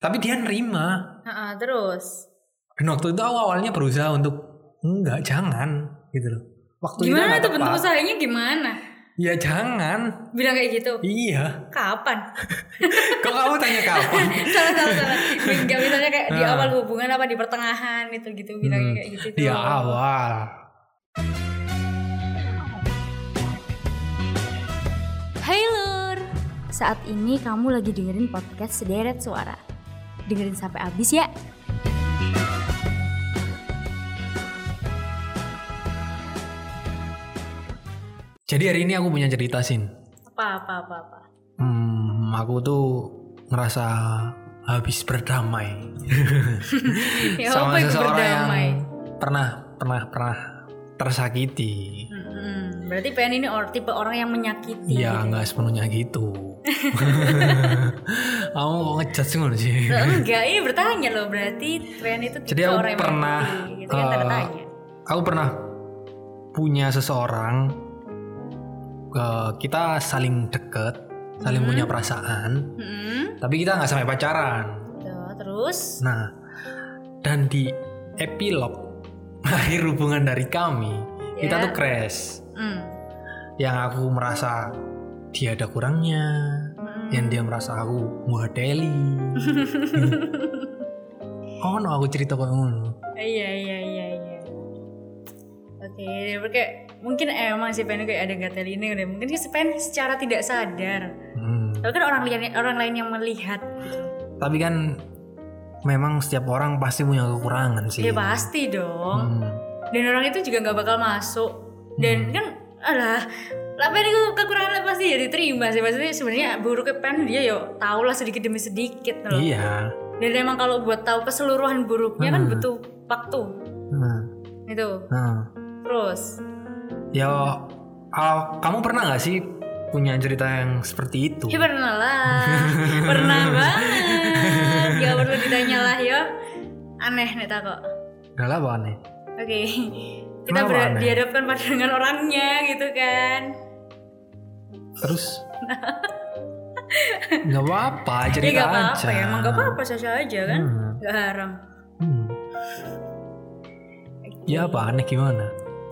tapi dia nerima Heeh, terus dan waktu itu aku awalnya berusaha untuk enggak jangan gitu loh waktu itu gimana nggak tuh bentuk tepat. usahanya gimana? ya jangan Bilang kayak gitu. iya Kapan? kok kamu tanya kapan salah salah salah. Gak misalnya kayak di Nah. awal hubungan apa di pertengahan gitu gitu Hmm, bilangnya kayak gitu. di awal Hai Lur. Saat ini kamu lagi dengerin podcast Sederet Suara. Dengerin sampai habis ya. jadi hari ini aku punya cerita sin Apa apa apa apa. hmm, aku tuh ngerasa habis berdamai Ya, Hmm. sama apa yang seseorang berdamai? yang pernah pernah pernah tersakiti Hmm, berarti PN ini or, tipe orang yang menyakiti. ya gitu. nggak sepenuhnya gitu kamu kok ngejudge ngono sih Loh, enggak, ini bertanya loh. Berarti PN itu tipe Jadi aku orang yang pernah, menyakiti. Gitu kan eh, tanda tanya. aku pernah punya seseorang eh, kita saling deket saling Hmm. punya perasaan Hmm, tapi kita nggak sampai pacaran tuh, Gitu. terus nah dan di epilog akhir hubungan dari kami kita Ya. tuh crash Hmm, yang aku merasa dia ada kurangnya hmm. yang dia merasa aku muadeli Hmm. oh no aku cerita kok hmm. ngono Iya iya iya iya. Oke, dia kayak mungkin emang si Pen kayak ada gatel ini udah mungkin si Pen secara tidak sadar. Hmm. Tapi kan orang lain orang lain yang melihat gitu. tapi kan memang setiap orang pasti punya kekurangan sih Ya pasti dong. Iya. Hmm. Dan orang itu juga nggak bakal masuk. Dan Hmm. kan alah lah Pen itu kekurangan lah pasti ya diterima sih maksudnya sebenarnya buruknya Pen dia yo tau lah sedikit demi sedikit loh. iya Dan emang kalau buat tahu keseluruhan buruknya kan Hmm. butuh waktu Hmm. gitu. Hmm. Terus ya ah, kamu pernah nggak sih punya cerita yang seperti itu Ya pernah lah, pernah banget. Gak perlu ditanya lah yo. Aneh nih tak kok. Udah lah apa nih Oke, kita Kenapa ber- aneh? dihadapkan pada dengan orangnya gitu kan. terus nggak apa-apa Ya cerita aja gak apa-apa ya, emang gak apa-apa sasa aja kan. Hmm. Gak haram. Hmm. ya apa aneh gimana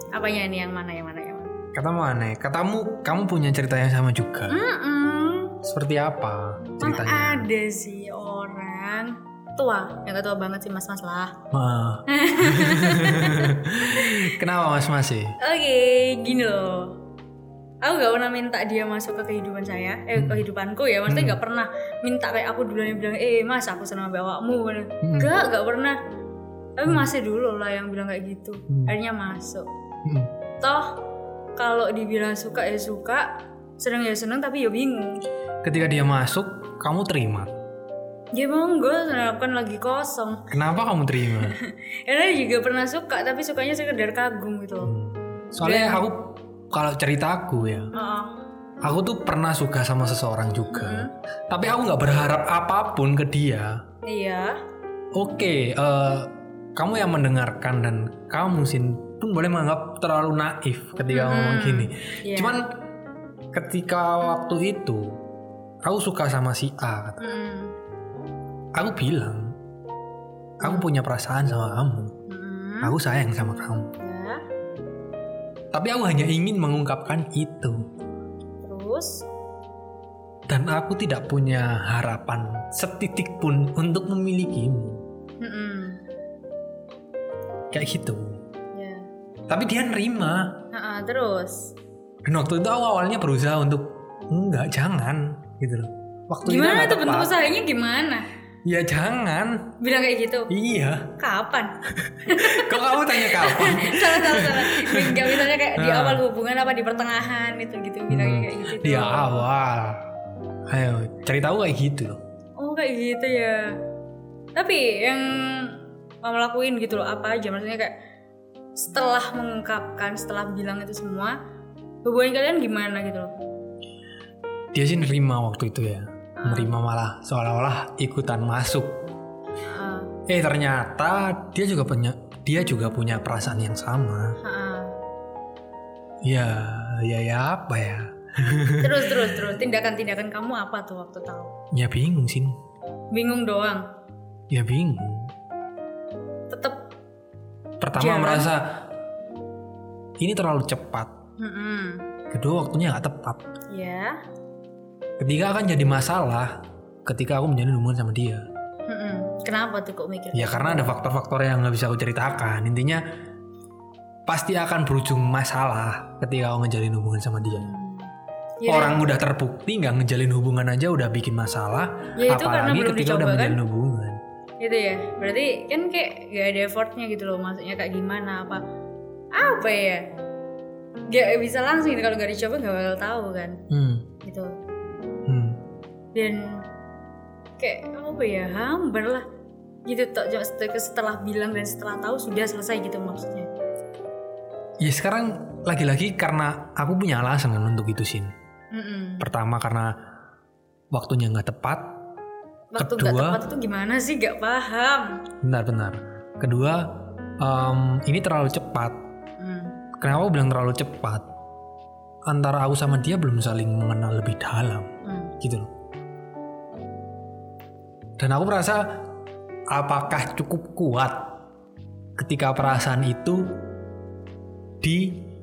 Apanya ini yang mana yang mana yang mana? katamu aneh katamu kamu punya cerita yang sama juga Hmm. Mm-mm. seperti apa Emang ceritanya ada sih orang tua, yang gak tua banget sih mas-mas lah. Ah. kenapa mas masih Oke, gini loh. Aku gak pernah minta dia masuk ke kehidupan saya, eh Hmm. kehidupanku ya. Maksudnya gak pernah minta kayak aku duluan yang bilang, eh mas aku senang bawakmu. Hmm. Gak, gak pernah. Tapi masih dulu lah yang bilang kayak gitu. Hmm. Akhirnya masuk. Toh kalau dibilang suka ya suka, seneng ya seneng tapi ya bingung. ketika dia masuk kamu terima Ya monggo, kan lagi kosong. kenapa kamu terima Karena dia juga pernah suka, tapi sukanya sekedar kagum gitu. loh. Iya. soalnya aku kalau cerita aku ya Heeh. aku tuh pernah suka sama seseorang juga tapi aku nggak berharap apapun ke dia Iya. oke eh, kamu yang mendengarkan dan kamu sin pun boleh menganggap terlalu naif ketika Mm-mm. ngomong gini Iya. cuman ketika waktu itu aku suka sama si A Mm-mm. aku bilang aku punya perasaan sama kamu Mm-mm. aku sayang sama kamu Ya. Tapi aku hanya ingin mengungkapkan itu. Terus Dan aku tidak punya harapan setitik pun untuk memilikimu. Mm-mm. Kayak gitu. Ya. Tapi dia nerima. Ha-ha, terus Dan waktu itu aku awalnya berusaha untuk enggak jangan gitu loh. Waktu itu gimana nggak tuh bentuk tepat. usahanya gimana? Ya jangan. Bilang kayak gitu. Iya. Kapan? Kok kamu tanya kapan? salah salah salah. Gak misalnya kayak di Nah. awal hubungan apa di pertengahan gitu gitu bilangnya Hmm. kayak gitu. Di awal. Ayo, ceritaku kayak gitu loh. Oh kayak gitu ya. Tapi yang mau lakuin gitu loh apa aja maksudnya kayak setelah mengungkapkan setelah bilang itu semua hubungan kalian gimana gitu loh Dia sih nerima waktu itu ya. Nerima malah seolah-olah ikutan masuk. Ah, Eh ternyata dia juga punya dia juga punya perasaan yang sama. ah. Ya, ya ya apa ya? terus terus terus tindakan tindakan kamu apa tuh waktu tahu Ya bingung sih. bingung doang ya bingung tetap pertama Jalan. merasa ini terlalu cepat kedua waktunya nggak tepat ya ketiga akan jadi masalah ketika aku menjalin hubungan sama dia Mm-mm. kenapa tuh kok mikir ya karena ada faktor-faktor yang nggak bisa aku ceritakan intinya pasti akan berujung masalah ketika aku ngejalin hubungan sama dia Ya, orang udah terbukti nggak ngejalin hubungan aja udah bikin masalah Ya, itu karena apalagi belum ketika dicoba, udah kan? menjalin hubungan gitu ya berarti kan kayak gak ada effortnya gitu loh maksudnya kayak gimana apa apa ya gak bisa langsung gitu kalau gak dicoba gak bakal tahu kan hmm. gitu Hmm. dan kayak apa ya hambar lah gitu tok cuma set- setelah bilang dan setelah tahu sudah selesai gitu maksudnya ya sekarang lagi-lagi karena aku punya alasan kan untuk itu Sin Mm-mm. pertama karena waktunya nggak tepat waktu gak Kedua- tepat itu gimana sih gak paham benar-benar kedua em, ini terlalu cepat Mm. kenapa aku bilang terlalu cepat antara aku sama dia belum saling mengenal lebih dalam Mm. gitu loh dan aku merasa apakah cukup kuat ketika perasaan itu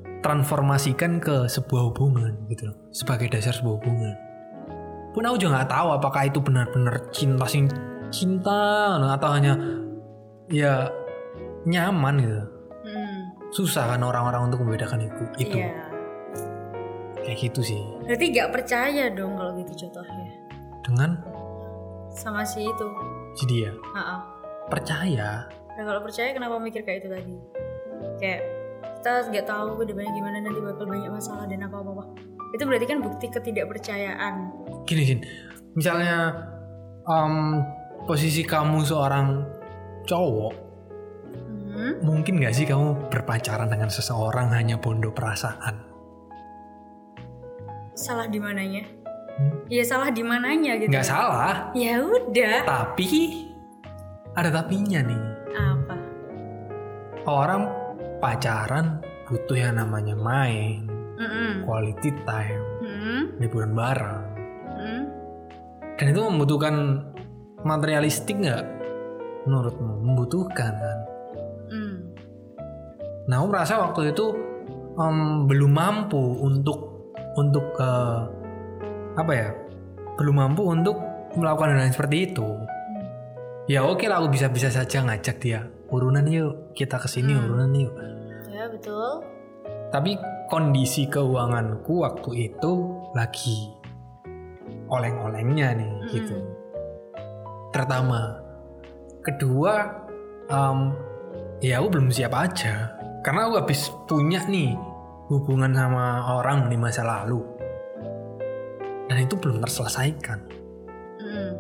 ditransformasikan ke sebuah hubungan gitu loh sebagai dasar sebuah hubungan pun aku juga nggak tahu apakah itu benar-benar cinta sing cinta atau hanya ya nyaman gitu Mm. susah kan orang-orang untuk membedakan itu itu Iya. kayak gitu sih berarti gak percaya dong kalau gitu contohnya dengan sama si itu si dia Ha-ha. percaya Nah kalau percaya kenapa mikir kayak itu tadi? Kayak kita nggak tahu ke depannya gimana nanti bakal banyak masalah dan apa apa. Itu berarti kan bukti ketidakpercayaan. gini Jin. misalnya em, posisi kamu seorang cowok Hmm, mungkin nggak sih kamu berpacaran dengan seseorang hanya bondo perasaan salah di mananya? Iya salah di mananya gitu. nggak salah Ya udah. tapi ada tapinya nih Apa? orang pacaran butuh yang namanya main Mm-mm. quality time Mm-mm. liburan bareng Mm-mm. dan itu membutuhkan materialistik nggak menurutmu membutuhkan kan Mm. Nah, aku merasa waktu itu em, belum mampu untuk untuk eh, apa ya? Belum mampu untuk melakukan hal yang seperti itu. Ya oke lah, aku bisa-bisa saja ngajak dia urunan yuk, kita kesini Hmm. urunan yuk. Ya betul. Tapi kondisi keuanganku waktu itu lagi oleng-olengnya nih Mm-mm. gitu. Pertama, kedua, em, ya aku belum siap aja karena aku habis punya nih hubungan sama orang di masa lalu dan itu belum terselesaikan. Mm.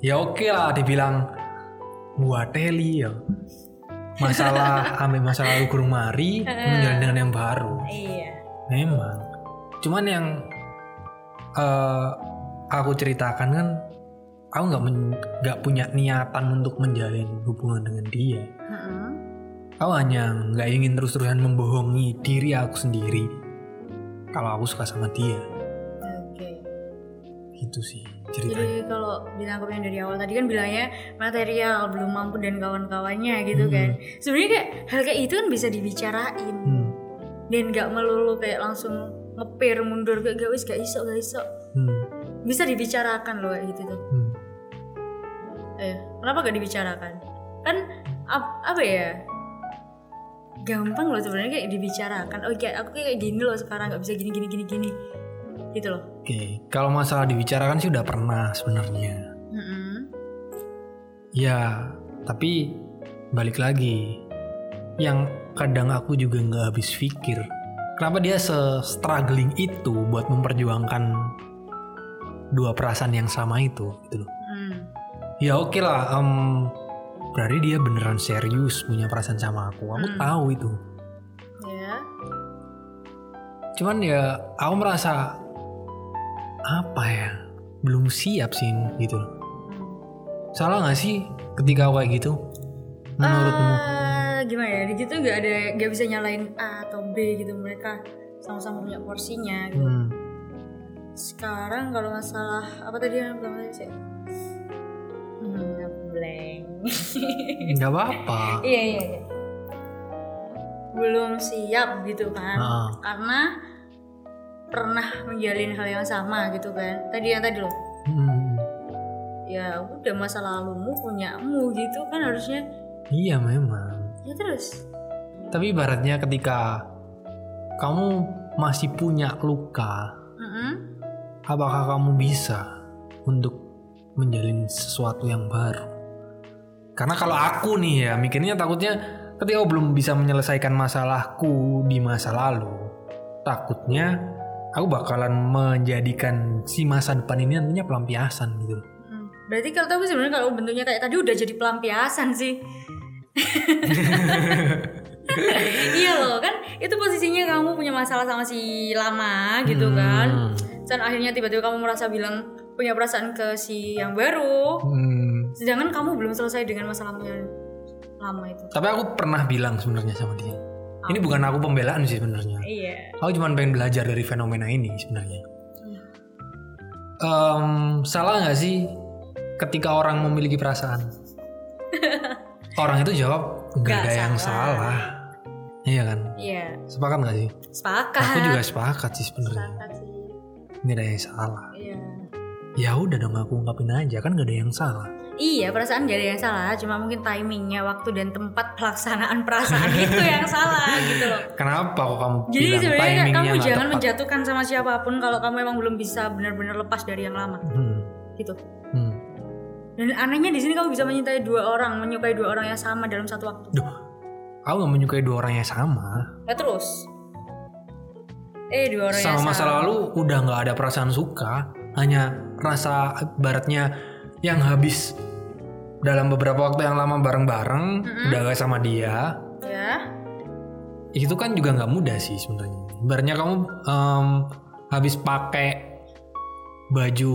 Ya oke lah, dibilang buat teli ya. Masalah ambil masa lalu kurung mari menjalani dengan yang baru. Iya. Memang. Cuman yang eh, aku ceritakan kan, aku nggak men- nggak punya niatan untuk menjalin hubungan dengan dia. Mm-mm. Aku hanya nggak ingin terus-terusan membohongi diri aku sendiri. Kalau aku suka sama dia, Oke. gitu sih ceritanya. Jadi kalau ditangkap yang dari awal tadi kan bilangnya material belum mampu dan kawan-kawannya gitu Hmm. kan. Sebenarnya kayak hal kayak itu kan bisa dibicarain Hmm, dan nggak melulu kayak langsung ngepir mundur kayak gak wis gak iso gak iso. hmm, Bisa dibicarakan loh kayak gitu tuh. hmm. Eh, kenapa gak dibicarakan? Kan ap- apa ya? Gampang loh sebenarnya kayak dibicarakan. Oke, aku kayak gini loh sekarang nggak bisa gini gini gini gini. Gitu loh. Oke, kalau masalah dibicarakan sih udah pernah sebenarnya. Mm-mm. Ya, tapi balik lagi, yang kadang aku juga nggak habis pikir. Kenapa dia se-struggling itu buat memperjuangkan dua perasaan yang sama itu, gitu loh. Mm. Ya oke lah, em, berarti dia beneran serius punya perasaan sama aku. Aku Hmm. tahu itu. Ya. Cuman ya, aku merasa apa ya, belum siap sih, gitu loh. Mm. Salah nggak sih ketika aku kayak gitu? Menurutmu? Ah, gimana ya di situ nggak ada nggak bisa nyalain A atau B gitu mereka sama-sama punya porsinya gitu. Hmm. sekarang kalau masalah apa tadi yang pertama tadi sih hmm, nggak blank nggak apa-apa iya iya iya belum siap gitu kan Nah. karena pernah menjalin hal yang sama gitu kan tadi yang tadi loh Hmm, ya udah masa lalumu punyamu gitu kan harusnya iya memang ya terus tapi ibaratnya ketika kamu masih punya luka Mm-mm. apakah kamu bisa untuk menjalin sesuatu yang baru? Karena kalau aku nih ya mikirnya takutnya ketika aku belum bisa menyelesaikan masalahku di masa lalu, takutnya aku bakalan menjadikan si masa depan ini nantinya pelampiasan gitu. Mm. berarti kalau tapi sebenarnya kalau bentuknya kayak tadi udah jadi pelampiasan sih iya loh kan itu posisinya kamu punya masalah sama si lama gitu Hmm. kan dan akhirnya tiba-tiba kamu merasa bilang punya perasaan ke si yang baru Hmm. sedangkan kamu belum selesai dengan masalahmu yang lama itu Tapi aku pernah bilang sebenarnya sama dia. Ini bukan aku pembelaan sih sebenarnya. Ah. iya Aku cuma pengen belajar dari fenomena ini sebenarnya. Iya. Em, salah nggak sih ketika orang memiliki perasaan? orang itu jawab nggak Nggak ada yang salah." salah. Iya kan? iya Sepakat nggak sih? sepakat Aku juga sepakat sih sebenarnya. sepakat sih Nggak ada yang salah. iya Ya udah dong aku ungkapin aja kan nggak ada yang salah. iya perasaan gak ada yang salah cuma mungkin timingnya waktu dan tempat pelaksanaan perasaan itu yang salah gitu loh Kenapa kok kamu jadi bilang sebenarnya kayak Iya, timingnya kamu nggak jangan tepat? menjatuhkan sama siapapun kalau kamu emang belum bisa benar-benar lepas dari yang lama Hmm, gitu hmm. dan anehnya di sini kamu bisa mencintai dua orang menyukai dua orang yang sama dalam satu waktu Duh, aku nggak menyukai dua orang yang sama. Ya terus. Eh dua orang sama yang masa lalu udah nggak ada perasaan suka, hanya rasa baratnya yang habis dalam beberapa waktu yang lama bareng-bareng, udah gak sama dia. Ya. Itu kan juga nggak mudah sih sebenarnya. Ibaratnya kamu em, habis pakai baju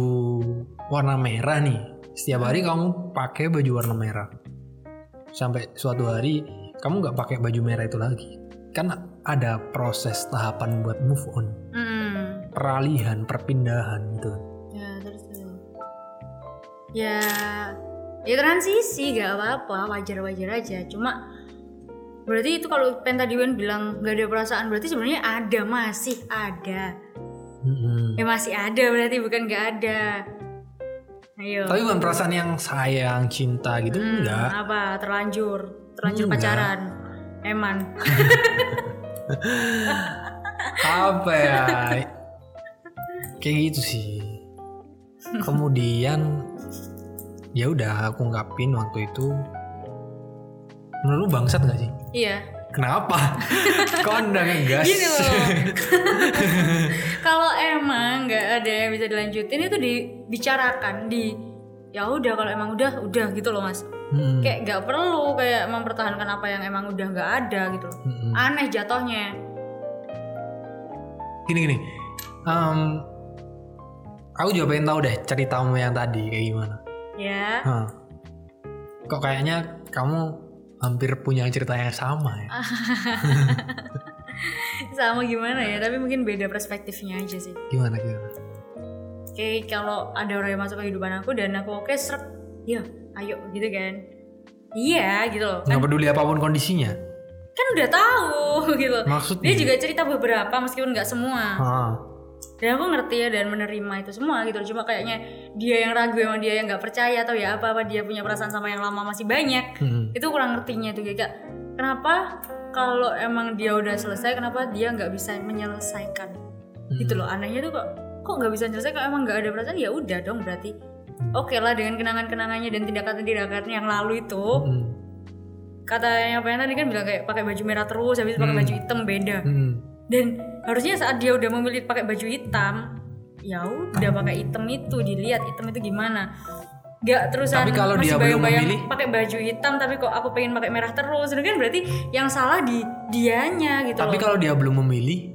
warna merah nih, setiap hari kamu pakai baju warna merah. Sampai suatu hari kamu nggak pakai baju merah itu lagi. Kan ada proses tahapan buat move on Mm. peralihan perpindahan gitu Ya terus. terus. Ya. Ya transisi gak apa-apa wajar-wajar aja. Cuma berarti itu kalau Pen tadi Wen bilang gak ada perasaan berarti sebenarnya ada masih ada. Mm-mm. Ya masih ada berarti bukan gak ada. Ayo. tapi bukan perasaan yang sayang cinta gitu Hmm, enggak Apa terlanjur terlanjur Enggak. pacaran. Eman. apa ya kayak gitu sih kemudian ya udah aku ungkapin waktu itu menurut lu bangsat gak sih iya. kenapa kok anda ngegas Gini loh. kalau emang nggak ada yang bisa dilanjutin itu dibicarakan di ya udah kalau emang udah udah gitu loh mas Mm-mm. kayak nggak perlu kayak mempertahankan apa yang emang udah nggak ada gitu loh Mm-mm. aneh jatohnya gini gini Em, aku juga pengen tahu deh ceritamu yang tadi kayak gimana ya Hah. Kok kayaknya kamu hampir punya cerita yang sama ya? Ah. sama gimana ya tapi mungkin beda perspektifnya aja sih Gimana gimana? Kan- kayak kalau ada orang yang masuk ke kehidupan aku dan aku oke srek ya ayo gitu kan iya gitu loh Nggak kan, peduli apapun kondisinya. kan udah tahu gitu loh. Maksudnya? dia juga cerita beberapa meskipun nggak semua Ah, dan aku ngerti ya dan menerima itu semua gitu cuma kayaknya dia yang ragu emang dia yang nggak percaya atau ya apa apa dia punya perasaan sama yang lama masih banyak hmm. itu kurang ngertinya tuh kayak kenapa kalau emang dia udah selesai kenapa dia nggak bisa menyelesaikan gitu loh anehnya tuh kok kok nggak bisa selesai kalau emang nggak ada perasaan ya udah dong berarti oke lah dengan kenangan-kenangannya dan tindakan-tindakan yang lalu itu Hmm. kata yang pengen tadi kan bilang kayak pakai baju merah terus habis pakai Hmm. baju hitam beda Hmm. dan harusnya saat dia udah memilih pakai baju hitam ya udah Ah. pakai hitam itu dilihat hitam itu gimana Gak terusan Tapi kalau dia masih belum bayang-bayang memilih? pakai baju hitam tapi kok aku pengen pakai merah terus itu kan berarti yang salah di dianya gitu Tapi loh kalau dia belum memilih,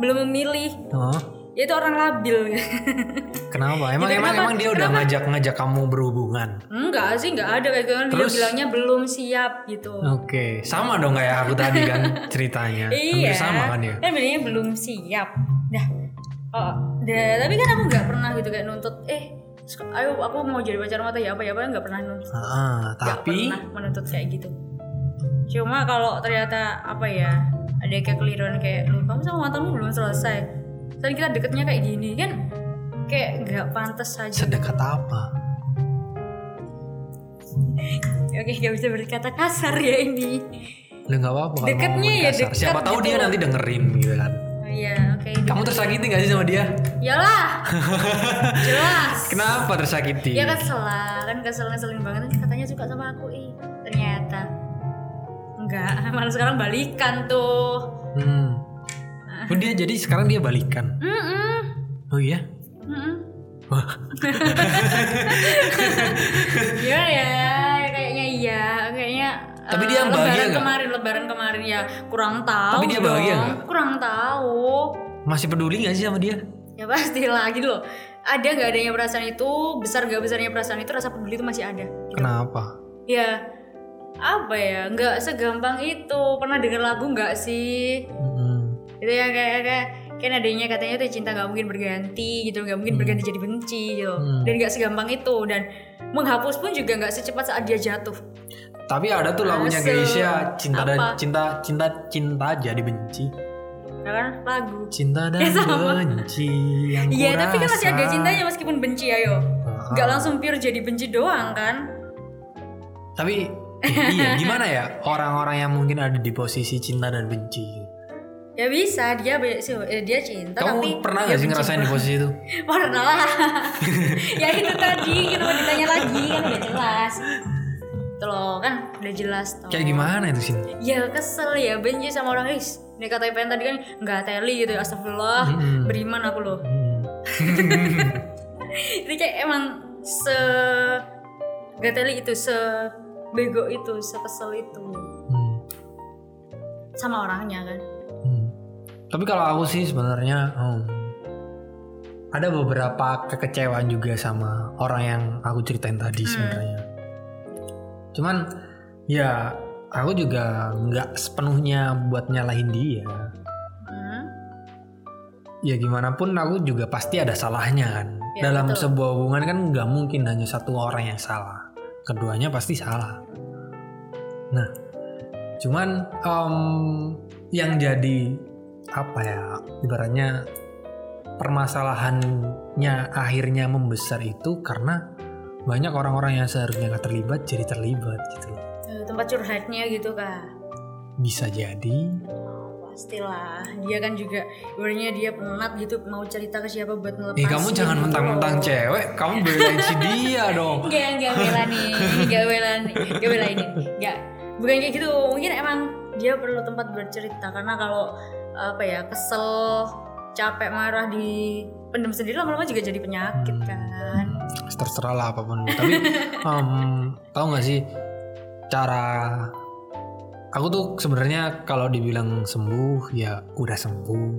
belum memilih ah, ya itu orang labil kenapa? Emang Gitu, emang kenapa? emang dia udah ngajak ngajak kamu berhubungan? enggak sih enggak ada kayak gitu kan dia Terus? bilangnya belum siap gitu Oke, sama dong kayak aku tadi kan ceritanya. Hampir iya sama kan ya? bilangnya belum siap dah oh dah tapi kan aku nggak pernah gitu kayak nuntut eh suka, ayo aku mau jadi pacar mata ya apa ya apa nggak pernah nuntut Ah, nggak tapi pernah menuntut kayak gitu cuma kalau ternyata apa ya ada kayak keliruan kayak lu kamu sama mantanmu belum selesai dan kita deketnya kayak gini kan kayak nggak pantas aja sedekat apa? oke nggak bisa berkata kasar ya ini Lu nggak apa-apa kalau mau Deketnya ngomong ya kasar. deket Siapa tahu gitu dia loh. nanti dengerin gitu kan. oh, iya oke Kamu tersakiti gak sih sama dia? Yalah jelas Kenapa tersakiti? ya kesel lah kan kesel ngeselin banget katanya suka sama aku ih ternyata enggak malah sekarang balikan tuh Hmm. Oh, dia jadi sekarang dia balikan. mm -mm. Oh iya. Gimana ya kayaknya iya kayaknya Tapi eh, dia yang bahagia lebaran nggak? kemarin lebaran kemarin ya kurang tahu Tapi dia bahagia dong. nggak? kurang tahu Masih peduli gak sih sama dia? ya pasti lah gitu loh ada nggak adanya perasaan itu besar nggak besarnya perasaan itu rasa peduli itu masih ada Kenapa? ya apa ya nggak segampang itu pernah dengar lagu nggak sih Hmm. itu ya kayak kayak kan adanya katanya tuh cinta nggak mungkin berganti gitu nggak mungkin berganti jadi benci gitu Hmm. dan nggak segampang itu dan menghapus pun juga nggak secepat saat dia jatuh Tapi ada tuh lagunya Asal. Geisha cinta dan Apa? cinta cinta cinta aja dibenci. ya kan lagu Cinta dan Ya, sama. benci yang iya kurasa. tapi kan masih ada cintanya meskipun benci ayo Ah. nggak langsung pure jadi benci doang kan Tapi eh, iya gimana ya orang-orang yang mungkin ada di posisi cinta dan benci. ya bisa dia be- sih, eh, dia cinta Kamu tapi pernah dia gak sih benci ngerasain di banget. posisi itu? pernah lah ya itu tadi kenapa ditanya lagi kan udah jelas tuh loh kan udah jelas tuh Kayak gimana itu sih? ya kesel ya benci sama orang is ini kata Ipen tadi kan nggak teli gitu ya astagfirullah Mm-mm. beriman aku loh Hmm. ini kayak emang se nggak teli itu se bego itu se kesel itu Hmm. sama orangnya kan Hmm. Tapi kalau aku sih sebenarnya hmm, ada beberapa kekecewaan juga sama orang yang aku ceritain tadi sebenarnya. Cuman ya aku juga nggak sepenuhnya buat nyalahin dia. Mm-hmm. hmm. Ya gimana pun aku juga pasti ada salahnya kan. Ya, Dalam betul. sebuah hubungan kan nggak mungkin hanya satu orang yang salah. Keduanya pasti salah. Nah, cuman em, yang jadi apa ya ibaratnya permasalahannya akhirnya membesar itu karena banyak orang-orang yang seharusnya nggak terlibat jadi terlibat gitu. Eh, tempat curhatnya gitu kan Bisa jadi Oh, pastilah dia kan juga ibaratnya dia penat gitu mau cerita ke siapa buat gitu. ngelepas Eh kamu jangan mentang-mentang cewek, kamu belain si dia dong. Enggak, enggak bela nih, Ini enggak bela nih, enggak bela ini, enggak. Bukan kayak gitu, mungkin emang dia perlu tempat bercerita karena kalau apa ya kesel, capek, marah di pendem sendiri lama-lama juga jadi penyakit kan. Hmm. terserah lah apapun tapi em, tahu nggak sih cara aku tuh sebenarnya kalau dibilang sembuh ya udah sembuh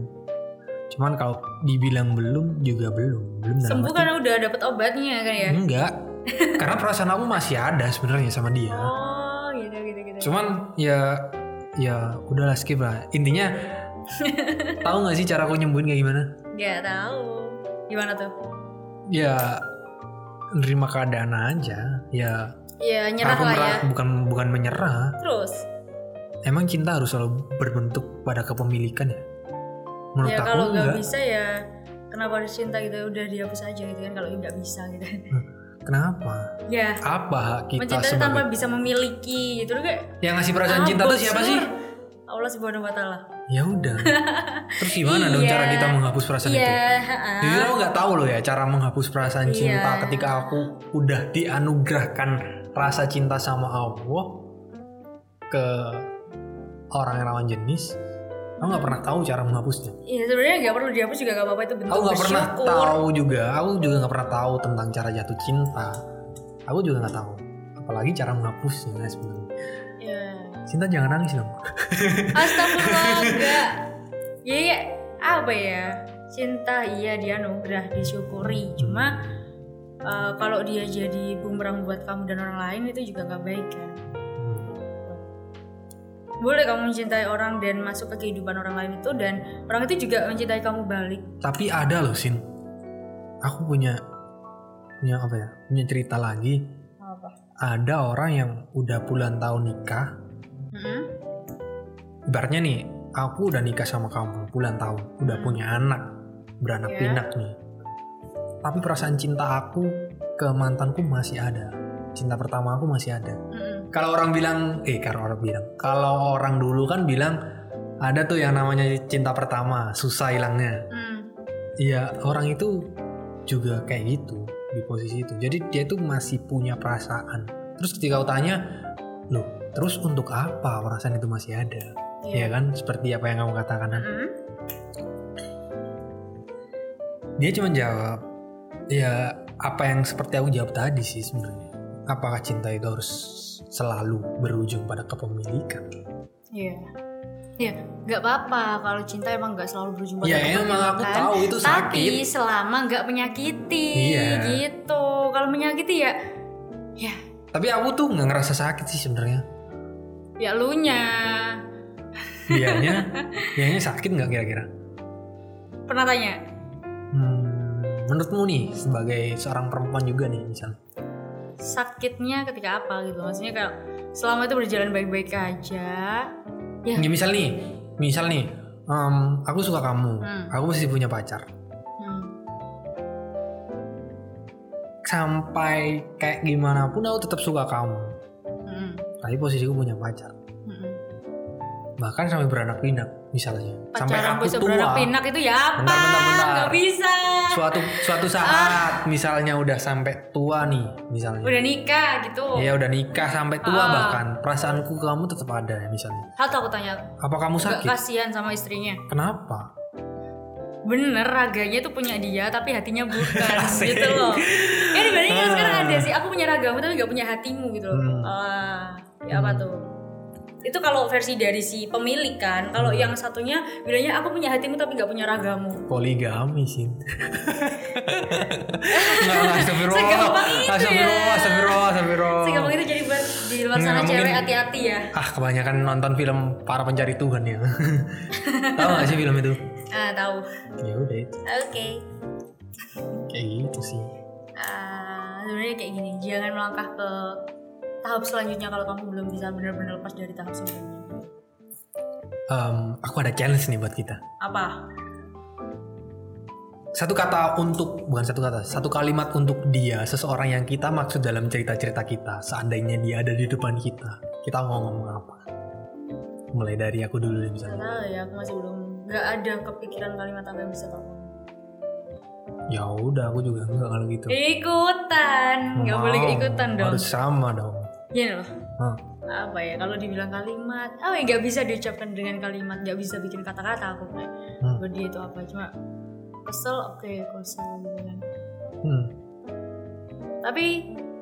cuman kalau dibilang belum juga belum belum dalam Sembuh arti- karena udah dapet obatnya kan ya. enggak karena perasaan aku masih ada sebenarnya sama dia Oh, gitu gitu gitu. cuman ya ya udahlah skip lah intinya tahu nggak sih cara aku nyembuhin kayak gimana Enggak tahu. Gimana tuh? ya nerima keadaan aja ya Ya nyerah aku lah ya. merah- bukan bukan menyerah Terus Emang cinta harus selalu berbentuk pada kepemilikan ya? Menurut ya aku kalau enggak. nggak bisa ya kenapa harus cinta gitu udah dihapus aja gitu kan kalau nggak bisa gitu. Kenapa? ya Apa hak kita mencintai tanpa sebagai bisa memiliki gitu kayak yang ngasih perasaan cinta tuh Hapus, siapa Nur. sih? Allah Subhanahu wa taala. Ya udah. Terus gimana dong Iya. cara kita menghapus perasaan Iya, itu? heeh. Jujur aku nggak tahu loh ya cara menghapus perasaan Iya. cinta ketika aku udah dianugerahkan rasa cinta sama Allah ke orang yang lawan jenis. Aku Hmm. nggak pernah tahu cara menghapusnya. Iya, sebenarnya nggak perlu dihapus juga nggak apa-apa itu bentuk aku nggak pernah bersyukur. tahu juga aku juga nggak pernah tahu tentang cara jatuh cinta aku juga nggak tahu apalagi cara menghapusnya sebenarnya Iya. cinta jangan nangis dong Astagfirullah enggak. Iya, iya. apa ya? Cinta iya dia nugrah disyukuri. Cuma eh, kalau dia jadi bumerang buat kamu dan orang lain itu juga nggak baik kan. Hmm. Boleh kamu mencintai orang dan masuk ke kehidupan orang lain itu dan orang itu juga mencintai kamu balik. tapi ada loh sin aku punya punya apa ya punya cerita lagi apa ada orang yang udah puluhan tahun nikah Mm-mm. ibaratnya nih aku udah nikah sama kamu puluhan tahun udah Hmm. punya anak beranak Ya. pinak nih tapi perasaan cinta aku ke mantanku masih ada cinta pertama aku masih ada Mm-mm. kalau orang bilang eh kalau orang bilang kalau orang dulu kan bilang ada tuh yang namanya cinta pertama susah hilangnya Mm. Iya orang itu juga kayak gitu di posisi itu jadi dia tuh masih punya perasaan terus ketika kau tanya loh terus untuk apa perasaan itu masih ada Iya. ya kan seperti apa yang kamu katakan Mm-mm. dia cuma jawab ya apa yang seperti aku jawab tadi sih sebenarnya apakah cinta itu harus selalu berujung pada kepemilikan Iya. Iya, nggak apa-apa kalau cinta emang nggak selalu berujung pada ya emang aku kepemilikan. tahu itu Tapi sakit selama nggak menyakiti, Iya. gitu. Kalau menyakiti ya, ya, tapi aku tuh nggak ngerasa sakit sih sebenarnya ya lu nya. dianya dianya sakit nggak kira-kira Pernah tanya? Hmm, menurutmu nih sebagai seorang perempuan juga nih misal sakitnya ketika apa gitu maksudnya kalau selama itu berjalan baik-baik aja ya ya misal nih misal nih em, aku suka kamu Hmm. aku masih punya pacar hmm, sampai kayak gimana pun aku tetap suka kamu hmm, tapi posisiku punya pacar hmm. bahkan sampai beranak pinak misalnya sampai pacaran aku bisa tua beranak pinak itu ya apa Bentar, bentar, bentar. nggak bisa suatu suatu Ah. saat misalnya udah sampai tua nih misalnya udah nikah gitu ya udah nikah sampai tua Ah. bahkan perasaanku ke kamu tetap ada ya misalnya hal aku tanya apa kamu gak sakit kasihan sama istrinya kenapa bener raganya tuh punya dia tapi hatinya bukan Asik. gitu loh ya dibandingin Ah. kan sekarang ada sih aku punya ragamu tapi gak punya hatimu gitu loh Hmm. Ah, ya apa Hmm. tuh itu kalau versi dari si pemilik kan kalau Hmm. yang satunya bilangnya aku punya hatimu tapi gak punya ragamu poligami sih nggak nggak astagfirullah Segampang itu ya. astagfirullah astagfirullah astagfirullah Segampang itu jadi buat di Oh. luar Nggak, sana mungkin. cewek hati-hati ya ah kebanyakan nonton film para pencari Tuhan ya tahu nggak sih film itu ah tahu ya udah itu oke kayak gitu sih Ah, sebenarnya kayak gini jangan melangkah ke tahap selanjutnya kalau kamu belum bisa benar-benar lepas dari tahap sebelumnya Em, aku ada challenge nih buat kita apa satu kata untuk bukan satu kata satu kalimat untuk dia seseorang yang kita maksud dalam cerita-cerita kita seandainya dia ada di depan kita kita mau ngomong apa mulai dari aku dulu deh Gak misalnya tahu ya aku masih belum nggak ada kepikiran kalimat apa yang bisa kamu ya udah aku juga enggak kalau gitu ikutan nggak boleh Mau, ikutan dong harus sama dong gini loh Hah. apa ya kalau dibilang kalimat oh ya nggak bisa diucapkan dengan kalimat nggak bisa bikin kata-kata aku kayak Hmm. buat dia itu apa cuma kesel oke kesel gitu kan Hmm. tapi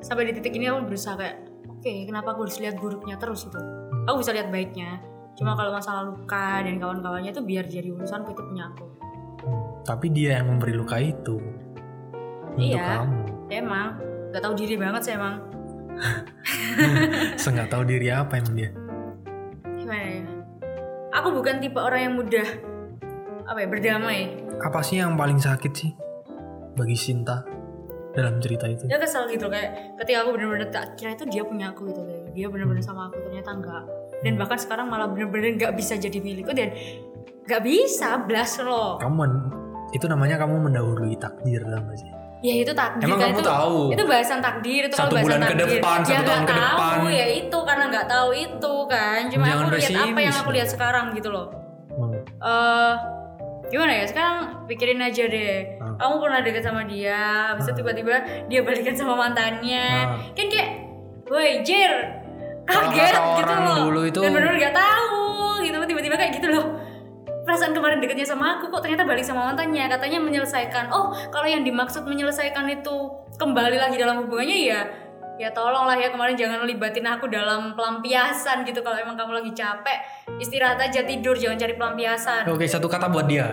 sampai di titik ini aku berusaha kayak oke kenapa aku harus lihat buruknya terus itu Hmm. aku bisa lihat baiknya cuma kalau masalah luka dan kawan-kawannya itu biar jadi urusan itu punya aku Hmm. Tapi dia yang memberi luka itu untuk Iya. kamu. ya, emang nggak tahu diri banget sih emang Seenggak tahu diri apa emang dia. gimana ya aku bukan tipe orang yang mudah apa ya berdamai Apa sih yang paling sakit sih bagi Sinta dalam cerita itu? ya kesel gitu kayak ketika aku bener-bener tak kira itu dia punya aku gitu kayak dia bener-bener sama aku ternyata enggak dan bahkan sekarang malah bener-bener nggak bisa jadi milikku dan nggak bisa blast loh Kamu men- itu namanya kamu mendahului takdir tau nggak sih? ya itu takdir Emang kan, kamu itu, tahu? itu bahasan takdir itu Satu kalau bahasan bulan ke takdir depan, ya satu tahun nggak ke tahu, depan. ya itu karena nggak tahu itu kan cuma Jangan aku lihat apa yang pesimis aku dong. lihat sekarang gitu loh Hmm. eh gimana ya sekarang pikirin aja deh Hmm. kamu pernah deket sama dia habis itu tiba-tiba dia balikan sama mantannya Hmm. kan kayak woi jir Kalau kaget kata gitu orang loh dulu itu- dan benar nggak tahu gitu tiba-tiba kayak gitu loh perasaan kemarin deketnya sama aku kok ternyata balik sama mantannya katanya menyelesaikan oh kalau yang dimaksud menyelesaikan itu kembali lagi dalam hubungannya ya ya tolonglah ya kemarin jangan libatin aku dalam pelampiasan gitu kalau emang kamu lagi capek istirahat aja tidur jangan cari pelampiasan Oke satu kata buat dia.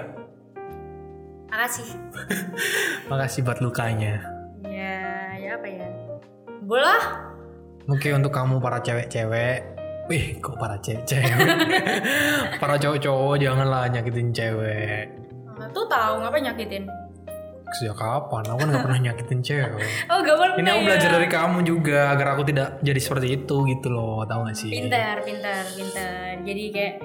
makasih Makasih buat lukanya. ya ya apa ya bola Oke untuk kamu para cewek-cewek. Wih kok para cewek-cewek? para cowok-cowok janganlah nyakitin cewek. tuh tahu ngapain nyakitin sejak kapan aku kan gak pernah nyakitin cewek Oh gak pernah ini aku ya? belajar dari kamu juga agar aku tidak jadi seperti itu gitu loh tahu gak sih Pintar, pintar, pintar Jadi kayak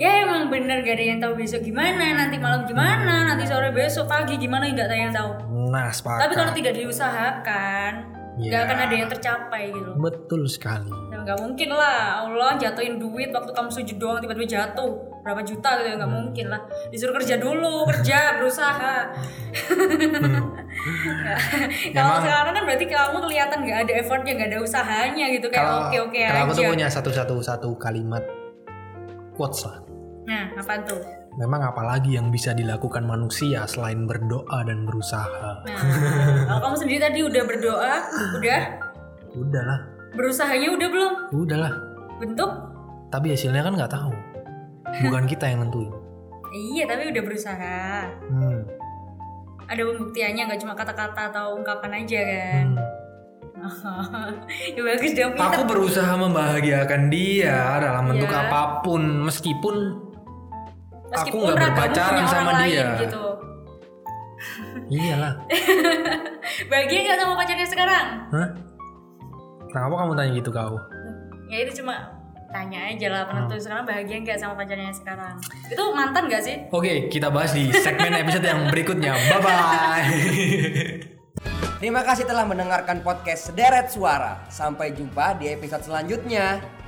Ya emang bener gak ada yang tahu besok gimana Nanti malam gimana Nanti sore besok pagi gimana Gak ada yang tahu nah Tapi kalau sepakat tidak diusahakan Iya. Gak akan ada yang tercapai gitu betul sekali Ya, nggak mungkin lah Allah jatuhin duit waktu kamu sujud doang tiba-tiba jatuh berapa juta gitu ya nggak mungkin lah disuruh kerja dulu kerja berusaha Ya. Hmm. kalau Emang- sekarang kan berarti kamu kelihatan nggak ada effortnya nggak ada usahanya gitu kayak kalau oke oke kalau aku tuh aja punya satu satu satu kalimat quotes lah nah apa tuh memang apalagi yang bisa dilakukan manusia selain berdoa dan berusaha nah kalau kamu sendiri tadi udah berdoa udah udahlah berusahanya udah belum udahlah bentuk tapi hasilnya kan nggak tahu bukan kita yang nentuin iya tapi udah berusaha Hmm, ada pembuktiannya nggak cuma kata-kata atau ungkapan aja kan hmm. ya bagus dong pinter aku berusaha membahagiakan dia dalam bentuk Iya. apapun meskipun aku nggak Meskipun ragamu berpacaran punya sama orang dia lain gitu. iyalah Bahagia gak sama pacarnya sekarang? Hah? kenapa kamu tanya gitu kau Ya itu cuma tanya aja lah Hmm. penentu sekarang bahagia gak sama pacarnya sekarang? Itu mantan gak sih? Oke, kita bahas di segmen episode yang berikutnya. Bye bye. Terima kasih telah mendengarkan podcast Sederet Suara. Sampai jumpa di episode selanjutnya.